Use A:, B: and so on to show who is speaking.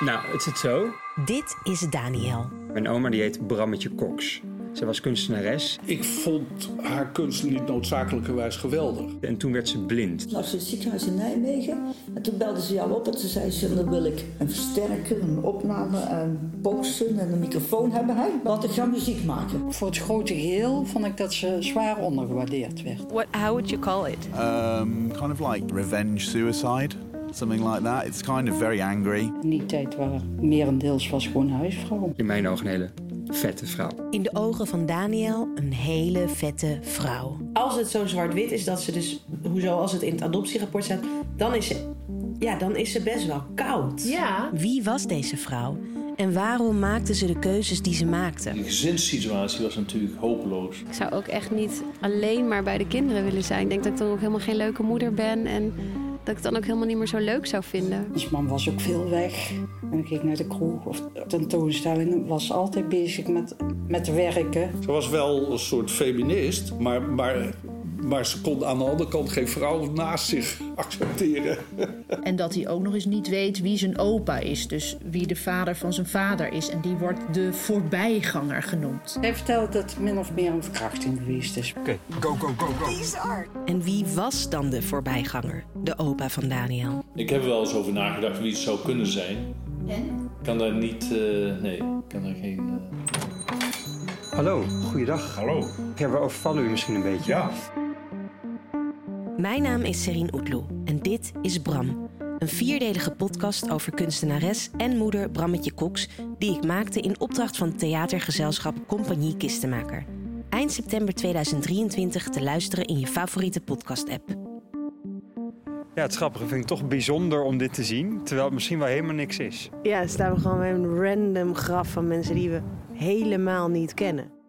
A: Nou, het zit zo.
B: Dit is Daniel.
A: Mijn oma die heet Brammetje Cox. Ze was kunstenares
C: Ik vond haar kunst niet noodzakelijkerwijs geweldig.
A: en toen werd ze blind.
D: lag ze in het ziekenhuis in Nijmegen. En toen belden ze jou op en toen zei ze... dan wil ik een versterker, een opname, en boksen en een microfoon hebben. Hè? Want ik ga muziek maken.
E: Voor het grote geheel vond ik dat ze zwaar ondergewaardeerd werd.
F: What? How would you call it?
G: um, kind of like revenge suicide, something like that. It's kind of very angry.
E: In die tijd waar merendeels was gewoon huisvrouw.
A: In mijn ogen een hele vette vrouw.
B: In de ogen van Daniel een hele vette vrouw.
H: als het zo zwart-wit is dat ze dus, hoezo als het in het adoptierapport staat, dan is ze, ja, dan is ze best wel koud.
F: Ja.
B: Wie was deze vrouw en waarom maakte ze de keuzes die ze maakte?
I: De gezinssituatie was natuurlijk hopeloos.
F: Ik zou ook echt niet alleen maar bij de kinderen willen zijn. Ik denk dat ik dan ook helemaal geen leuke moeder ben. En dat ik het dan ook helemaal niet meer zo leuk zou vinden.
E: Ons man was ook veel weg. En ging naar de kroeg of tentoonstellingen. Was altijd bezig met, met werken.
C: Ze was wel een soort feminist, maar, maar, maar ze kon aan de andere kant geen vrouw naast zich accepteren.
J: En dat hij ook nog eens niet weet wie zijn opa is. Dus wie de vader van zijn vader is. En die wordt de voorbijganger genoemd.
E: Hij vertelde dat het min of meer een verkrachting geweest is.
B: En wie was dan de voorbijganger? De opa van Daniel.
I: Ik heb er wel eens over nagedacht wie het zou kunnen zijn. En? Ik kan daar niet... eh, nee, ik kan daar geen... eh,
A: Hallo, goeiedag. Hallo. Ja, we overvallen u misschien een beetje. Ja.
B: Mijn naam is Serine Oetloe en dit is Bram. Een vierdelige podcast over kunstenares en moeder Brammetje Cox... die ik maakte in opdracht van theatergezelschap Compagnie Kistenmaker. Eind september 2023 te luisteren in je favoriete podcast-app.
K: Ja, het grappige vind ik toch bijzonder om dit te zien, terwijl het misschien wel helemaal niks is.
H: Ja, staan we gewoon bij een random graf van mensen die we helemaal niet kennen.